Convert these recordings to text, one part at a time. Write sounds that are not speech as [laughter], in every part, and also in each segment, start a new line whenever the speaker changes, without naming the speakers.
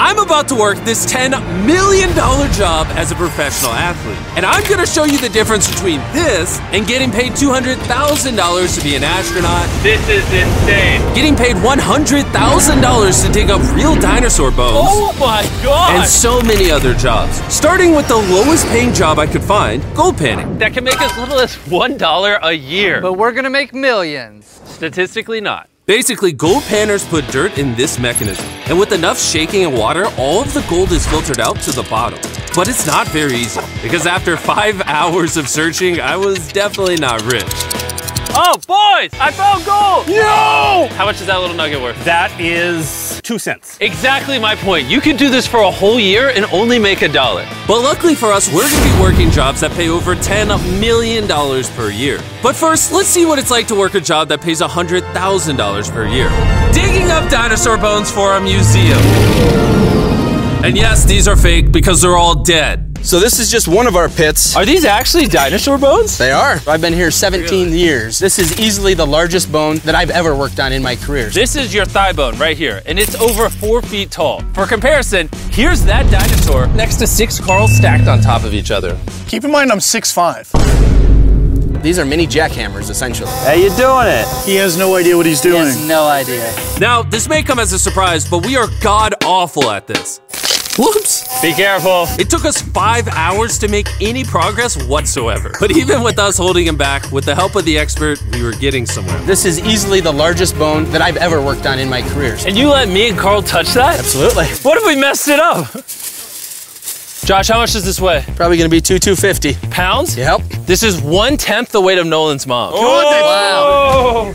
about to work this $10 million job as a professional athlete. And I'm going to show you the difference between this and getting paid $200,000 to be an astronaut,
This is insane.
getting paid $100,000 to dig up real dinosaur bones.
Oh my god!
and so many other jobs. Starting with the lowest paying job I could find, gold panning.
that can make as little as $1 a year.
But we're gonna make millions.
Statistically, not.
Basically, gold panners put dirt in this mechanism, and with enough shaking and water, all of the gold is filtered out to the bottom. But it's not very easy, because after five [laughs] hours of searching, I was definitely not rich.
Oh, boys! I found gold! No! How much is that little nugget worth?
That is two cents.
Exactly my point. You could do this for a whole year and only make a dollar.
But luckily for us, we're gonna be working jobs that pay over $10 million per year. But first, let's see what it's like to work a job that pays $100,000 per year. Digging up dinosaur bones for a museum. And yes, these are fake because they're all dead.
So this is just one of our pits.
Are these actually dinosaur bones?
They are. I've been here 17 years. This is easily the largest bone that I've ever worked on in my career.
This is your thigh bone right here, and it's over four feet tall.
For comparison, here's that dinosaur next to six Carls stacked on top of each other.
Keep in mind I'm 6'5.
These are mini jackhammers, essentially.
How you doing it?
He has no idea what he's
He
doing.
has no idea.
Now, this may come as a surprise, but we are god awful at this. Whoops!
Be careful.
It took us five hours to make any progress whatsoever. But even with us holding him back, with the help of the expert, we were getting somewhere.
This is easily the largest bone that I've ever worked on in my career.
And you let me and Carl touch that?
Absolutely.
What if we messed it up? Josh, how much does this weigh?
Probably gonna be two 250.
Pounds?
Yep.
This is one tenth the weight of Nolan's mom.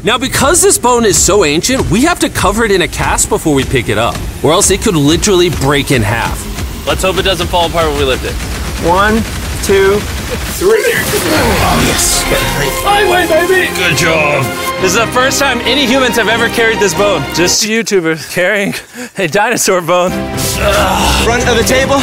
Now, because this bone is so ancient, we have to cover it in a cast before we pick it up, or else it could literally break in half.
Let's hope it doesn't fall apart when we lift it.
One, two.
Highway, baby! Good job. This is the first time any humans have ever carried this bone. Just YouTubers carrying a dinosaur bone.
Front of the table.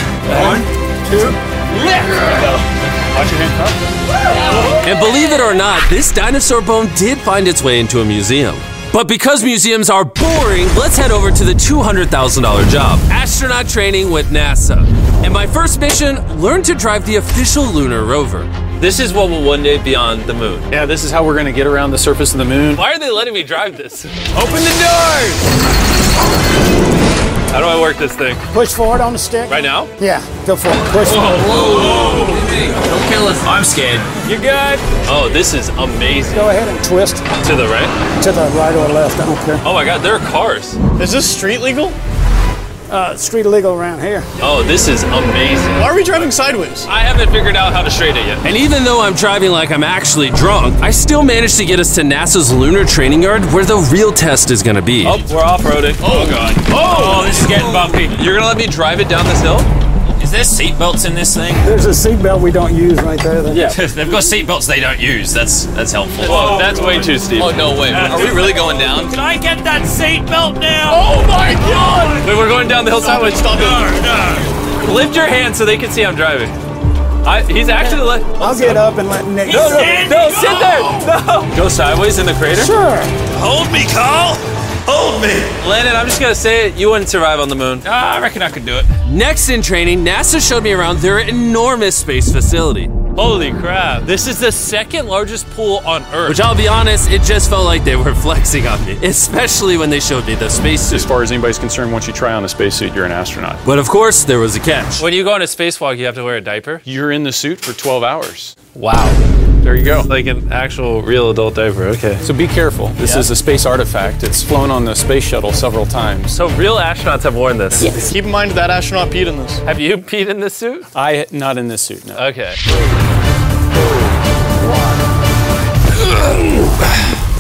And believe it or not, this dinosaur bone did find its way into a museum. But because museums are boring, let's head over to the $200,000 job astronaut training with NASA. And my first mission learn to drive the official lunar rover.
This is what will one day be on the moon.
Yeah, this is how we're gonna get around the surface of the moon.
Why are they letting me drive this? Open the doors! How do I work this thing?
Push forward on the stick.
Right now?
Yeah, go forward. Push forward.
Don't kill us. I'm scared.
You're good. Oh, this is amazing.
Go ahead and twist
To the right.
to the right or left. I don't care.
Oh my god, there are cars.
Is this street legal?
Uh, street illegal around here.
Oh, this is amazing.
Why are we driving sideways?
I haven't figured out how to straighten it yet.
And even though I'm driving like I'm actually drunk, I still managed to get us to NASA's lunar training yard where the real test is gonna be.
Oh, we're off-roading. Oh god. Oh, this is getting bumpy. You're gonna let me drive it down this hill?
Is there seatbelts in this thing?
There's a seatbelt we don't use right there. Then. Yeah.
[laughs] They've got seatbelts they don't use. That's that's helpful.
Whoa, that's way too steep.
Oh no way. Are we really going down? Can I get that seatbelt now?
Oh my god! Wait, we're going down the hill sideways. Stop it. Lift your hand so they can see I'm driving. I, he's actually let.
I'll get up and let Nick.
No, no, no, sit there! No! Go sideways in the crater?
Sure.
Hold me, Carl! Hold me!
Landon, I'm just gonna say it. You wouldn't survive on the moon.
I reckon I could do it.
Next in training, NASA showed me around their enormous space facility.
Holy crap. This is the second largest pool on Earth.
Which I'll be honest, it just felt like they were [laughs] flexing on me, especially when they showed me the
As
spacesuit.
far as anybody's concerned, once you try on a spacesuit, you're an astronaut.
But of course, there was a catch.
when you go on a spacewalk, you have to wear a diaper.
You're in the suit for 12 hours.
Wow.
There you go.
Like an actual real adult diaper. Okay.
So be careful. This is a space artifact. It's flown on the space shuttle several times.
So real astronauts have worn this.
Keep in mind that astronaut peed in this.
Have you peed in this suit?
I not in this suit. No.
Okay.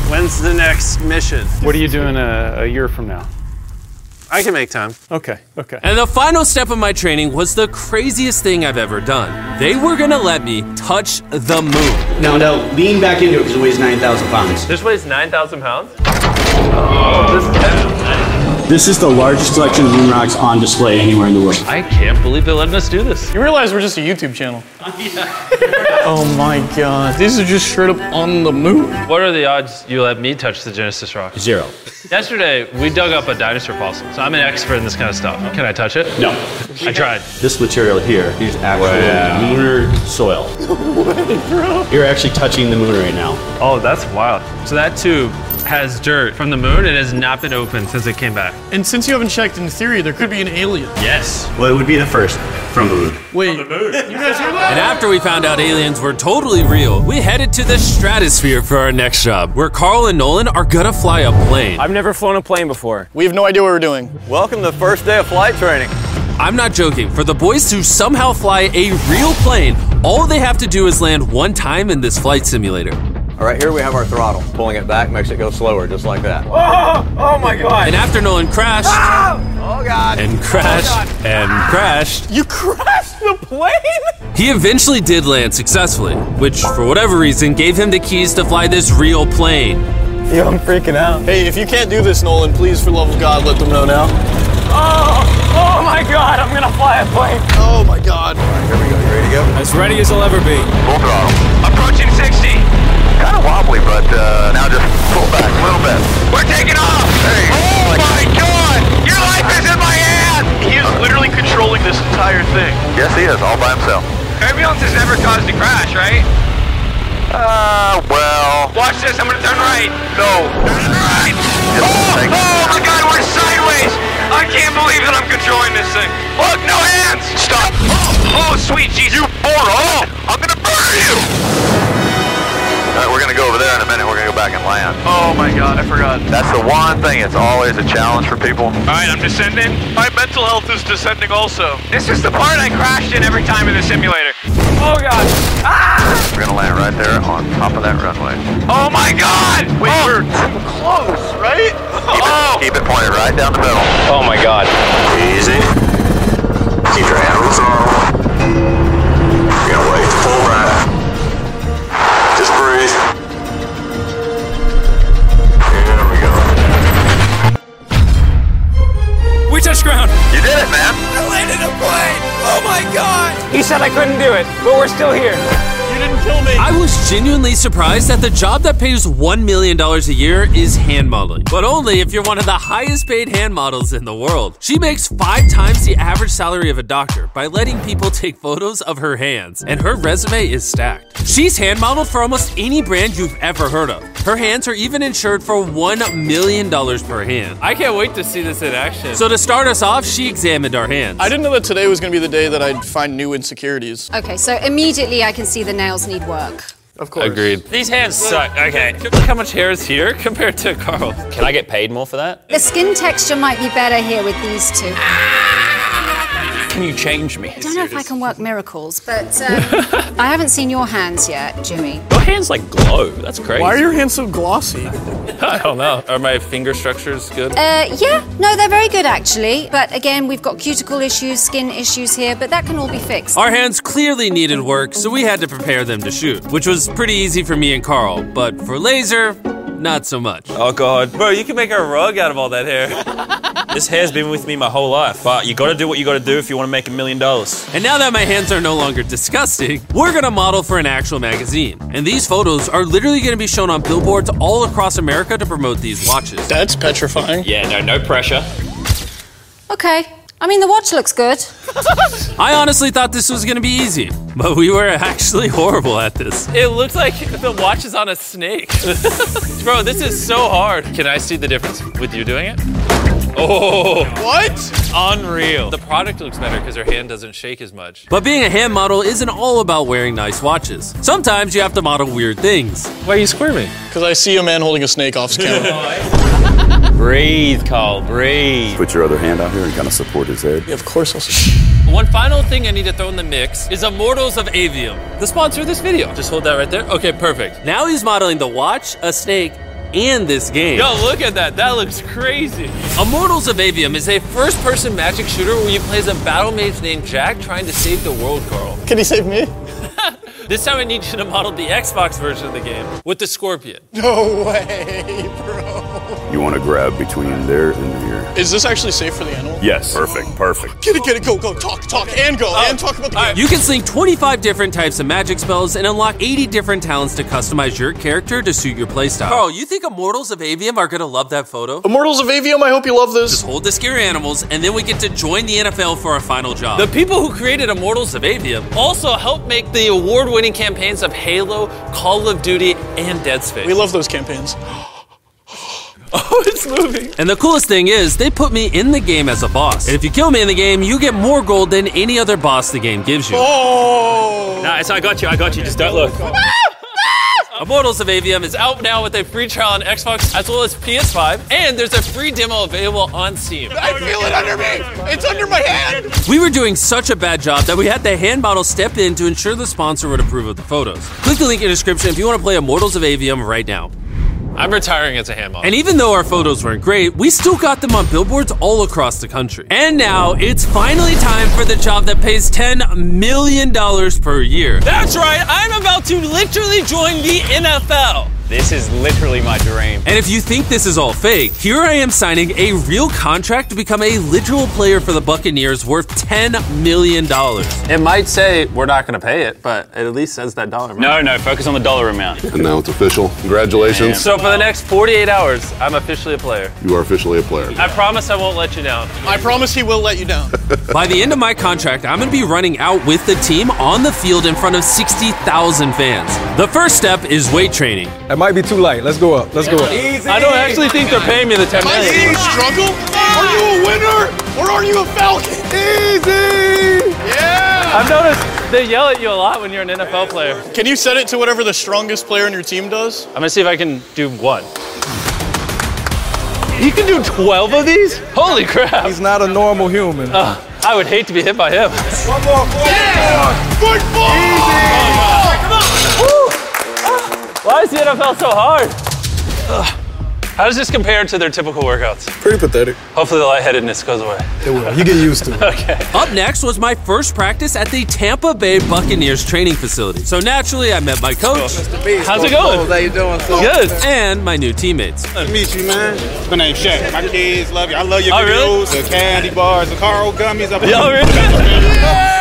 When's the next mission?
What are you doing a, a year from now?
I can make time.
Okay. Okay.
And the final step of my training was the craziest thing I've ever done. They were gonna let me touch the moon.
Now, now, lean back into it because it weighs 9,000 pounds.
This weighs 9,000 pounds.
This is the largest collection of moon rocks on display anywhere in the world.
I can't believe they're letting us do this.
You realize we're just a YouTube channel. [laughs] oh my god. These are just straight up on the moon.
What are the odds you let me touch the Genesis rock?
Zero.
Yesterday, we dug up a dinosaur fossil, so I'm an expert in this kind of stuff. Can I touch it?
No.
I tried.
This material here is actual
Wow.
lunar soil. You're actually touching the moon right now.
Oh, that's wild. So that tube has dirt from the moon and has not been opened since it came back.
And since you haven't checked in theory, there could be an alien.
Yes.
Well, it would be the first from the moon.
Wait. You guys hear that?
And after we found out aliens were totally real, we headed to the stratosphere for our next job, where Carl and Nolan are gonna fly a plane.
I've never flown a plane before.
We have no idea what we're doing.
Welcome to the first day of flight training.
I'm not joking. For the boys to somehow fly a real plane, all they have to do is land one time in this flight simulator.
All right, here we have our throttle. Pulling it back makes it go slower, just like that.
Oh,
And after Nolan crashed,
Ah!
Oh,
and crashed, and crashed,
Oh, You crashed the plane?
he eventually did land successfully, which, for whatever reason, gave him the keys to fly this real plane.
Hey, if you can't do this, Nolan, please, for love of God, let them know now. Oh, oh my god, I'm gonna fly a plane. Oh my god.
As ready as I'll ever be.
Full throttle. Approaching 60. Kind of wobbly, but uh, now just pull back a little bit. We're taking off. Oh my God! Your life is in my hands. He is literally controlling this entire thing. Yes, he is, all by himself. Turbulence has never caused a crash, right? Uh, well. Watch this. I'm gonna turn right. No. Turn right. Oh, oh my God! We're sideways. I can't believe that I'm controlling this thing. Look, no hands. Stop. Oh, oh sweet Jesus. You moron! I'm gonna burn you. All right, we're gonna go over there in a minute. We're gonna go back and land. Oh my God, I forgot. That's the one thing. It's always a challenge for people. All right, I'm descending. My mental health is descending also. This is the part I crashed in every time in the simulator. Oh God. We're gonna land right there on top of that runway. Oh my god! Oh. Wait, we're close, right? Keep, it, keep it pointed right down the middle. Oh my god. Easy. Keep your handles on. You're gonna wait full right. Just breathe. There we go.
We touched ground.
You did it, man.
He said I couldn't do it, but we're still here.
I was genuinely surprised that the job that pays $1 million a year is hand modeling, but only if you're one of the highest paid hand models in the world. She makes five times the average salary of a doctor by letting people take photos of her hands, and her resume is stacked. She's hand modeled for almost any brand you've ever heard of. Her hands are even insured for $1 million per hand.
I can't wait to see this in action.
So to start us off, she examined our hands.
I didn't know that today was gonna be the day that I'd find new insecurities.
Okay, so immediately I can see the nails need work.
Of course.
These hands suck. Okay. Look how much hair is here compared to Carl's.
Can I get paid more for that?
The skin texture might be better here with these two. I
Can you change me?
don't know if I can work miracles, but um, I haven't seen your hands yet, Jimmy.
Your hands like glow. That's crazy.
Why are your hands so glossy?
I don't know. Are my finger structures good?
Uh, yeah, no, they're very good actually. But again, we've got cuticle issues, skin issues here, but that can all be fixed.
Our hands clearly needed work, so we had to prepare them to shoot, which was pretty easy for me and Carl, but for Laser, not so much.
Oh god, bro, you can make a rug out of all that hair. [laughs] this hair's been with me my whole life, but you gotta do what you gotta do if you wanna make a million dollars.
And now that my hands are no longer disgusting, we're gonna model for an actual magazine. And these photos are literally gonna be shown on billboards all across America to promote these watches.
That's petrifying.
Yeah, no, no pressure.
Okay. I mean, the watch looks good.
I honestly thought this was gonna be easy, but we were actually horrible at this.
It looks like the watch is on a snake. [laughs] Bro, this is so hard. Can I see the difference with you doing it? Oh,
What?
unreal. The product looks better because her hand doesn't shake as much.
But being a hand model isn't all about wearing nice watches. Sometimes you have to model weird things.
Why are you squirming?
Because I see a man holding a snake off his [laughs] camera.
Breathe, Carl, breathe.
Put your other hand out here and kind of support his head.
yeah, of course I'll see. [laughs]
One final thing I need to throw in the mix is Immortals of Avium, the sponsor of this video.
Just hold that right there. Okay, perfect.
Now he's modeling the watch, a snake, and this game.
Yo, look at that. That looks crazy.
Immortals of Avium is a first person magic shooter where you play as a battle mage named Jack trying to save the world, Carl.
Can he save me?
This time I need you to model the Xbox version of the game with the scorpion.
No way, bro.
You want to grab between there and here.
Is this actually safe for the animal?
Yes. Perfect, perfect.
Get it, get it, go, go, talk, talk, and go, and talk about the
You can sling 25 different types of magic spells and unlock 80 different talents to customize your character to suit your playstyle. Carl, you think Immortals of Avium are gonna love that photo?
Immortals of Avium, I hope you love this.
Just hold the scary animals, and then we get to join the NFL for our final job. The people who created Immortals of Avium
Also helped make the award-winning campaigns of Halo, Call of Duty, and Dead Space.
We love those campaigns.
Oh, it's moving.
And the coolest thing is, they put me in the game as a boss. And if you kill me in the game, you get more gold than any other boss the game gives you.
Oh!
Nice, I got you, I got you, just don't look. Immortals of Avium is out now with a free trial on Xbox as well as PS5, and there's a free demo available on Steam.
I feel it under me! It's under my hand!
We were doing such a bad job that we had the hand model step in to ensure the sponsor would approve of the photos. Click the link in the description if you want to play Immortals of Avium right now.
I'm retiring as a hand model.
And even though our photos weren't great, we still got them on billboards all across the country. And now it's finally time for the job that pays $10 million per year.
That's right, I'm about to literally join the NFL.
This is literally my dream. And if you think this is all fake, here I am signing a real contract to become a literal player for the Buccaneers worth $10 million.
It might say we're not going to pay it, but it at least says that dollar.
No, no, focus on the dollar amount.
And now it's official. Congratulations.
So for the next 48 hours, I'm officially a player.
You are officially a player.
I promise I won't let you down.
I promise he will let you [laughs] down.
By the end of my contract, I'm going to be running out with the team on the field in front of 60,000 fans. The first step is weight training.
It might be too light. Let's go up. Let's go up.
I don't actually think they're paying me the 10
My
million.
team struggle? Are you a winner or are you a falcon? Easy! Yeah!
I've noticed they yell at you a lot when you're an NFL player.
Can you set it to whatever the strongest player in your team does?
I'm gonna see if I can do one. He can do 12 of these? Holy crap! He's
not a normal human.
I would hate to be hit by him.
One more.
Good
Why is the NFL so hard? Ugh. How does this compare to their typical workouts?
Pretty pathetic.
Hopefully the lightheadedness goes away.
It will. You get used
[laughs]
to it.
Up next was my first practice at the Tampa Bay Buccaneers training facility. So naturally, I met my coach.
How's it going? Oh, how
you doing? Good. And my new teammates.
Nice to meet you, man. My name's Shaq. My kids love you. I love your
Oh, really?
videos, the candy bars, the Carl gummies.
[laughs]
I
Yo, really?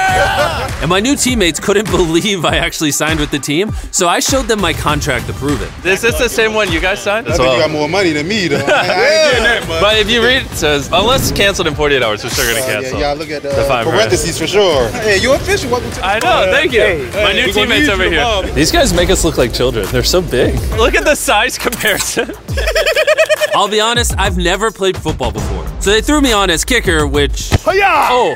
And my new teammates couldn't [laughs] believe I actually signed with the team, so I showed them my contract to prove it.
Is this the same one you guys signed?
I think you got more money than
[laughs]
me, though. I, I ain't getting that much. Uh,
But if you read, it says, unless canceled in 48 hours, we're still going to cancel.
yeah, y'all look at the,
the five
parentheses Uh, for sure. Hey, you official. Welcome to the
I know, thank you. My new teammates over here. These guys make us look like children. They're
[laughs]
so big. Look at the size comparison.
[laughs] I'll be honest, I've never played football before. So they threw me on as kicker, which Oh,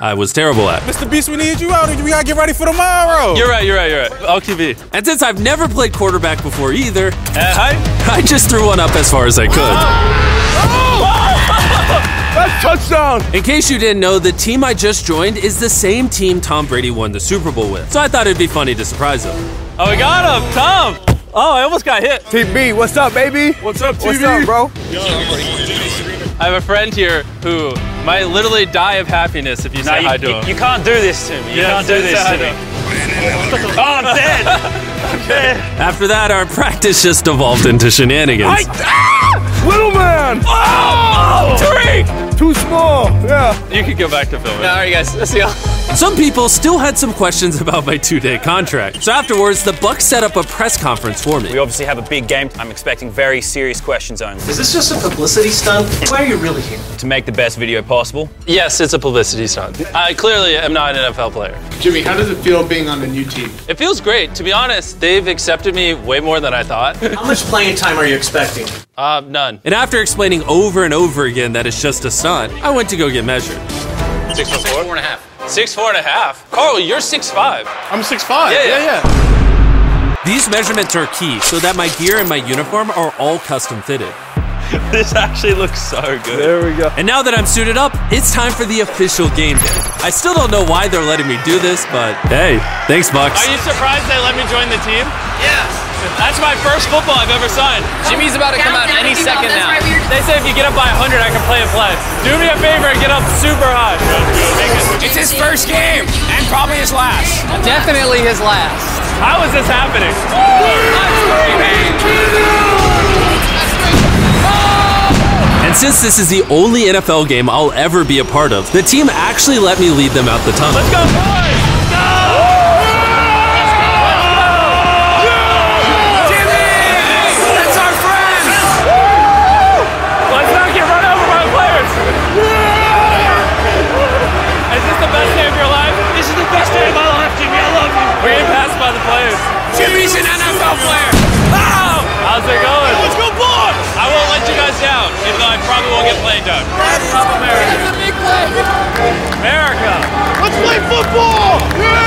I was terrible at.
Mr. Beast, we need you out. We gotta get ready for tomorrow.
You're right, you're right, you're right. LQB. And since I've never played quarterback before either,
Uh,
I just threw one up as far as I
[laughs]
could. That's touchdown! In case you didn't know, the team I just joined is the same team Tom Brady won the Super Bowl with. So I thought it'd be funny to surprise him.
Oh, we got him, Tom. Oh, I almost got hit.
TB, what's up, baby?
What's up,
What's up, bro?
I have a friend here who might literally die of happiness if you
No,
say
you-
hi to
you-
him.
you can't do this to me. You can't do
say
this
hi
to me.
him.
Oh, I'm dead.
[laughs] After that, our practice just evolved into shenanigans.
Ah! Little man.
Oh,
Tariq. Too small. Yeah.
You could go back to filming.
all right, guys. Let's go. Some people still had some questions about my two-day contract. So afterwards, the Bucks set up a press conference for me.
We obviously have a big game. I'm expecting very serious questions only.
Is this just a publicity stunt? Why are you really here?
to make the best video possible?
Yes, it's a publicity stunt. I clearly am not an NFL player.
Jimmy, how does it feel being on the new team?
It feels great. To be honest, they've accepted me way more than I thought. How
much playing time are you expecting?
Uh, none.
And after explaining over and over again that it's just a stunt, I went to go get measured.
Six foot four. Six four and a half. Six four and a half. Carl, you're six five.
I'm six five.
Yeah, yeah,
These measurements are key so that my gear and my uniform are all custom fitted.
[laughs] this actually looks so good.
There we go. And now that I'm suited up, it's time for the official game day. I still don't know why they're letting me do this, but hey, thanks, Bucks.
Are you surprised they let me join the team? Yes. That's my first football I've ever signed. Jimmy's about to come out any second now. They say if you get up by 100, I can play a play. Do me a favor and get up super high. It's his first game and probably his last.
Definitely his last.
How is this happening?
And since this is the only NFL game I'll ever be a part of, the team actually let me lead them out the tunnel. Let's go,
That's our friend!
Let's not get run over by players! Is this the best day of your life? This is the best day of my life, Jimmy. I love you. We're getting passed by the players. Jimmy's an NFL player. Oh! How's it going? Let's go, boys! I won't let you guys down, even though I probably won't get played down. That's America. That's a big play. America. Let's play football.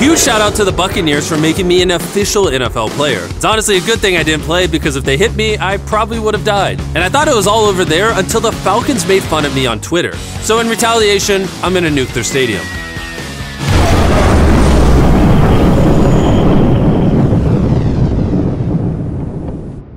Huge shout out to the Buccaneers for making me an official NFL player. It's honestly a good thing I didn't play because if they hit me, I probably would have died. And I thought it was all over there until the Falcons made fun of me on Twitter. So in retaliation, I'm gonna nuke their stadium.